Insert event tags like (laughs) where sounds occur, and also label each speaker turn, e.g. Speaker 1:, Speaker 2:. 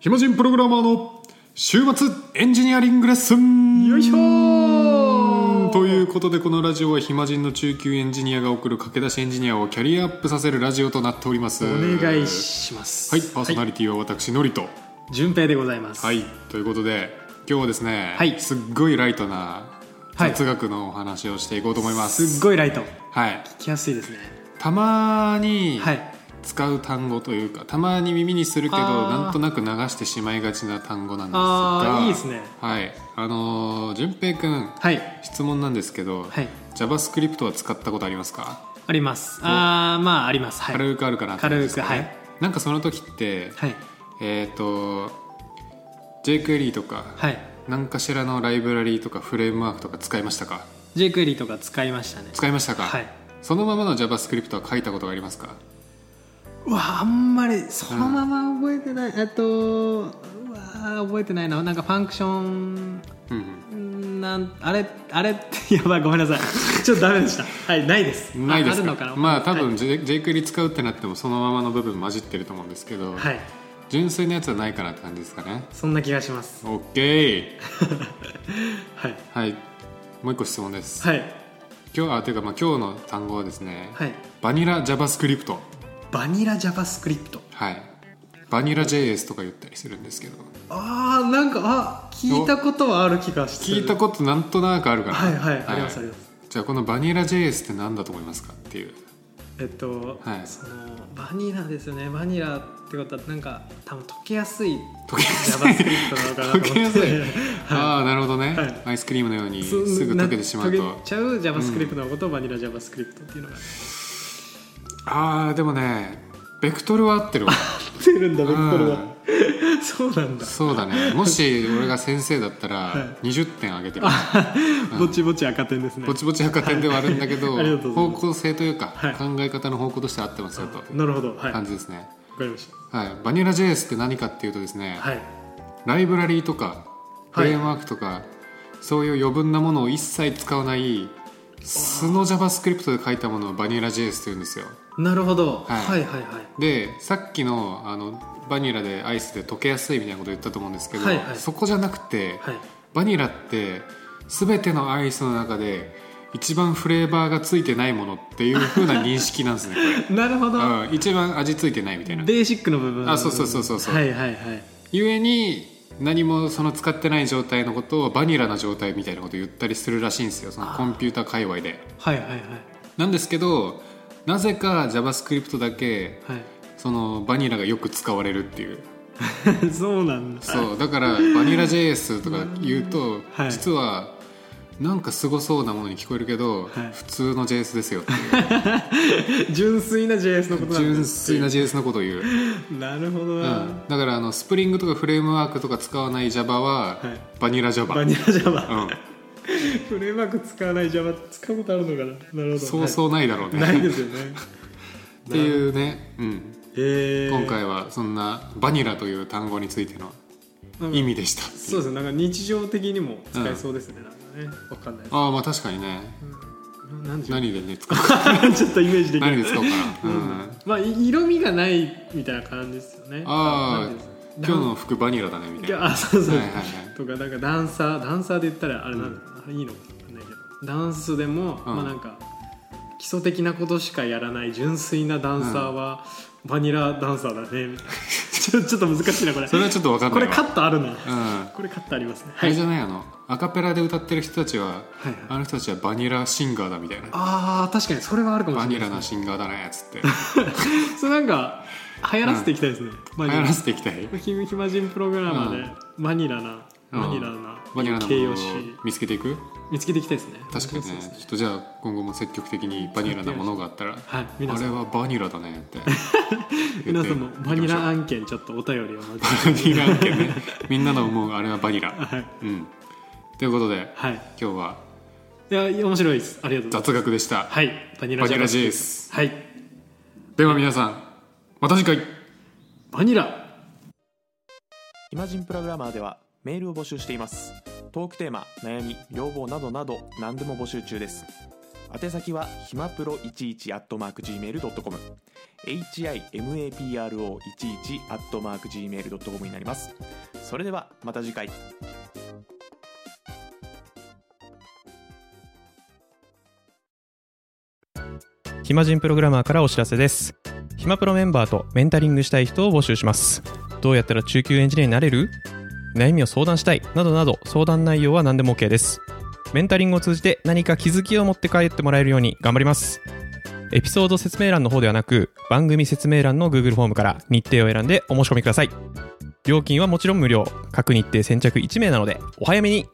Speaker 1: 暇人プログラマーの週末エンジニアリングレッスン
Speaker 2: よいしょー
Speaker 1: ということでこのラジオは暇人の中級エンジニアが送る駆け出しエンジニアをキャリアアップさせるラジオとなっております
Speaker 2: お願いします
Speaker 1: はいパーソナリティは私のりと
Speaker 2: はい順平でございます
Speaker 1: はいということで今日はですね、
Speaker 2: はい
Speaker 1: すっごいライトな
Speaker 2: はい
Speaker 1: 哲学のお話をしていこうと思います、
Speaker 2: すっごいライト
Speaker 1: はい
Speaker 2: 聞きやすいですね
Speaker 1: たまに
Speaker 2: はい
Speaker 1: 使う単語というかたまに耳にするけど
Speaker 2: あー
Speaker 1: なんとなく流してしまいがちな単語なんです
Speaker 2: あ
Speaker 1: が
Speaker 2: ーいいですね
Speaker 1: はいあのー順平くん
Speaker 2: はい
Speaker 1: 質問なんですけど、
Speaker 2: はい
Speaker 1: JavaScript は使ったことありますか、
Speaker 2: ありますあーまあありますはい
Speaker 1: 軽くあるかなと思うんですけどね
Speaker 2: 軽くは
Speaker 1: なんかその時って、
Speaker 2: はい
Speaker 1: えっ、と JQuery とか
Speaker 2: はい
Speaker 1: 何かしらのライブラリーとかフレームワークとか使いましたか
Speaker 2: JQuery とか使いましたね
Speaker 1: 使いましたか、
Speaker 2: はい
Speaker 1: そのままの JavaScript は書いたことがありますか
Speaker 2: うわあんまりそのまま覚えてないあとうわー覚えてないななんかファンクション
Speaker 1: うんうん
Speaker 2: なんあれあれって (laughs) やばいごめんなさいちょっとダメでしたはいないです
Speaker 1: ないですか
Speaker 2: ああるのかな
Speaker 1: まあ多
Speaker 2: は
Speaker 1: 分 J- JQuery 使うってなってもそのままの部分混じってると思うんですけど、
Speaker 2: い、はい、
Speaker 1: 純粋なやつはないかなって感じですかね
Speaker 2: そんな気がします
Speaker 1: OK
Speaker 2: はい
Speaker 1: はいもう一個質問です、
Speaker 2: はい
Speaker 1: 今日あというかまあ今日の単語はですね、
Speaker 2: はい
Speaker 1: バニラ JavaScript
Speaker 2: バニラ JavaScript
Speaker 1: はいバニラ JS とか言ったりするんですけど
Speaker 2: あーなんかあ聞いたことはある気がする
Speaker 1: 聞いたことなんとなくあるかな
Speaker 2: はいはいありますあります
Speaker 1: じゃあこのバニラ JS って何だと思いますかっていう
Speaker 2: えっと、
Speaker 1: はい
Speaker 2: そのバニラですよねバニラってことはなんか多分溶けやすい
Speaker 1: 溶けやすい
Speaker 2: JavaScript なのかなと
Speaker 1: (laughs)
Speaker 2: 思って
Speaker 1: 溶けやすい
Speaker 2: は
Speaker 1: ああなるほどね、
Speaker 2: はい
Speaker 1: アイスクリームのように
Speaker 2: い
Speaker 1: すぐ溶けてしまう
Speaker 2: な
Speaker 1: と
Speaker 2: 溶けちゃう JavaScript のことをバニラ JavaScript っていうのが
Speaker 1: ああでもねベクトルは合ってるわ
Speaker 2: 合ってるんだベクトル
Speaker 1: う
Speaker 2: はそうなんだ
Speaker 1: そうだ
Speaker 2: (laughs)
Speaker 1: ねもし俺が先生だったら
Speaker 2: は
Speaker 1: 20点あげてる、
Speaker 2: ぼちぼち赤点ですね
Speaker 1: ぼちぼち赤点ではあるんだけど、
Speaker 2: (laughs) はいありがとうござい
Speaker 1: 方
Speaker 2: ます
Speaker 1: 向性というか、
Speaker 2: はい
Speaker 1: 考え方の方向として合ってますよと
Speaker 2: なるほどはいわ
Speaker 1: 感
Speaker 2: か
Speaker 1: じですね、
Speaker 2: りまし
Speaker 1: はい、バニラ JS って何かっていうとですね、
Speaker 2: たはい
Speaker 1: ライブラリーとかフレームワークとか、そういう余分なものを一切使わない素の JavaScript で書いたものをバニラ JS というんですよ
Speaker 2: なるほど、
Speaker 1: はい
Speaker 2: はい、はいはい
Speaker 1: でさっきのあのバニラでアイスで溶けやすいみたいなこと言ったと思うんですけど、
Speaker 2: はいはい
Speaker 1: そこじゃなくて、
Speaker 2: はい
Speaker 1: バニラって全てのアイスの中で一番フレーバーがついてないものっていう風な認識なんですねこ
Speaker 2: (laughs)
Speaker 1: れ
Speaker 2: なるほど、
Speaker 1: うん、一番味ついてないみたいな
Speaker 2: ベーシックの部分
Speaker 1: あそうそうそうそうそう
Speaker 2: はいはいはい
Speaker 1: ゆえに何もその使ってない状態のことをバニラな状態みたいなことを言ったりするらしいんですよそのコンピューター界隈で
Speaker 2: はいはいはい
Speaker 1: なんですけどなぜか JavaScript だけ
Speaker 2: は
Speaker 1: そのバニラがよく使われるっていう
Speaker 2: い (laughs) そうなんだ
Speaker 1: そうだからバニラ JS とか言うと、
Speaker 2: はい
Speaker 1: 実はなんかすごそうなものに聞こえるけど、
Speaker 2: はい
Speaker 1: 普通の JS ですよっていう
Speaker 2: 純粋な JS のことなん
Speaker 1: 純
Speaker 2: です
Speaker 1: 粋な JS のことを言う、
Speaker 2: なるほど
Speaker 1: う
Speaker 2: な、
Speaker 1: ん、だからあのスプリングとかフレームワークとか使わない Java は、
Speaker 2: はい
Speaker 1: バニラ Java
Speaker 2: バニラ Java、
Speaker 1: うん、
Speaker 2: フレームワーク使わない Java 使うことあるのかななるほど
Speaker 1: そうそうないだろう
Speaker 2: は
Speaker 1: ね、
Speaker 2: いない
Speaker 1: (laughs)
Speaker 2: ですよね
Speaker 1: っていうね、うん、
Speaker 2: えー、
Speaker 1: 今回はそんなバニラという単語についての
Speaker 2: なんか
Speaker 1: 意味でした、
Speaker 2: そうですねなんか日常的にも使えそうですね、なんかねわかんないです
Speaker 1: ああまあ確かにね
Speaker 2: ななんで
Speaker 1: 何でね使おうか
Speaker 2: (laughs) ちょっとイメージできない
Speaker 1: 何で使おうかな、
Speaker 2: (laughs)
Speaker 1: うん
Speaker 2: まあい色味がないみたいな感じですよね
Speaker 1: あ
Speaker 2: なんて
Speaker 1: あ
Speaker 2: いうんです
Speaker 1: 今日の服バニラだねみたい
Speaker 2: いや
Speaker 1: な
Speaker 2: あそうそう、
Speaker 1: はいはいはい
Speaker 2: とかなんかダンサーダンサーで言ったらあれなんだ、あれいいのかわかんないけどダンスでも、
Speaker 1: うん
Speaker 2: まあなんか基礎的なことしかやらない純粋なダンサーは、バニラダンサーだねみ (laughs) たいなちょちょっと難しいなこれ
Speaker 1: それはちょっと分かん
Speaker 2: こ
Speaker 1: ない
Speaker 2: れ
Speaker 1: わ
Speaker 2: カットあるな、
Speaker 1: うん
Speaker 2: これカットありますね
Speaker 1: あれじゃないあのアカペラで歌ってる人たちは、
Speaker 2: はいはい
Speaker 1: あの人たちはバニラシンガーだみたいな
Speaker 2: あー確かにそれはあるかも
Speaker 1: バ
Speaker 2: し
Speaker 1: ニ
Speaker 2: れな
Speaker 1: ラ
Speaker 2: い
Speaker 1: なシンガーだねっつって
Speaker 2: それなんか流行らせていきたいですね、バ
Speaker 1: 流
Speaker 2: ニラ
Speaker 1: 行らせていきたい
Speaker 2: ひひまじんプログラマーで、バニラな
Speaker 1: うん
Speaker 2: バニラな、
Speaker 1: バニラなも
Speaker 2: 形
Speaker 1: の
Speaker 2: 容
Speaker 1: を
Speaker 2: 詞
Speaker 1: 見つけていく
Speaker 2: 見つけていきたいですね
Speaker 1: 確かに
Speaker 2: そう
Speaker 1: ね
Speaker 2: です
Speaker 1: ちょっとじゃあ今後も積極的にバニラなものがあったら
Speaker 2: はい皆
Speaker 1: あ
Speaker 2: さ
Speaker 1: れ
Speaker 2: ん
Speaker 1: はバニラだねって
Speaker 2: (laughs) 皆さんもバニラ
Speaker 1: バ
Speaker 2: 案件ちょっとお便りをまず
Speaker 1: ニラってねみんなの思うあれはバニラ
Speaker 2: はい、
Speaker 1: うんということで
Speaker 2: はい、
Speaker 1: 今日はい
Speaker 2: や面白いですありがとうご
Speaker 1: 雑
Speaker 2: ざいます
Speaker 1: 学でした
Speaker 2: はいバニラ
Speaker 1: バニラ
Speaker 2: JavaScript
Speaker 1: JS
Speaker 2: はい
Speaker 1: では皆さんまた次回
Speaker 2: バニラ
Speaker 3: イマジンプログラマーではメールを募集していますトークテーマ悩み要望などなど何でも募集中です宛先はひまプロ11 at mark gmail.com
Speaker 4: himapro11-gmail.com になりますそれではまた次回
Speaker 3: 暇人プログラマーからお知らせです暇プロメンバーとメンタリングしたい人を募集しますどうやったら中級エンジニアになれる悩みを相談したいなどなど相談内容は何でも OK ですメンタリングを通じて何か気づきを持って帰ってもらえるように頑張りますエピソード説明欄の方ではなく番組説明欄の Google フォームから日程を選んでお申し込みください料金はもちろん無料各日程先着1名なのでお早めに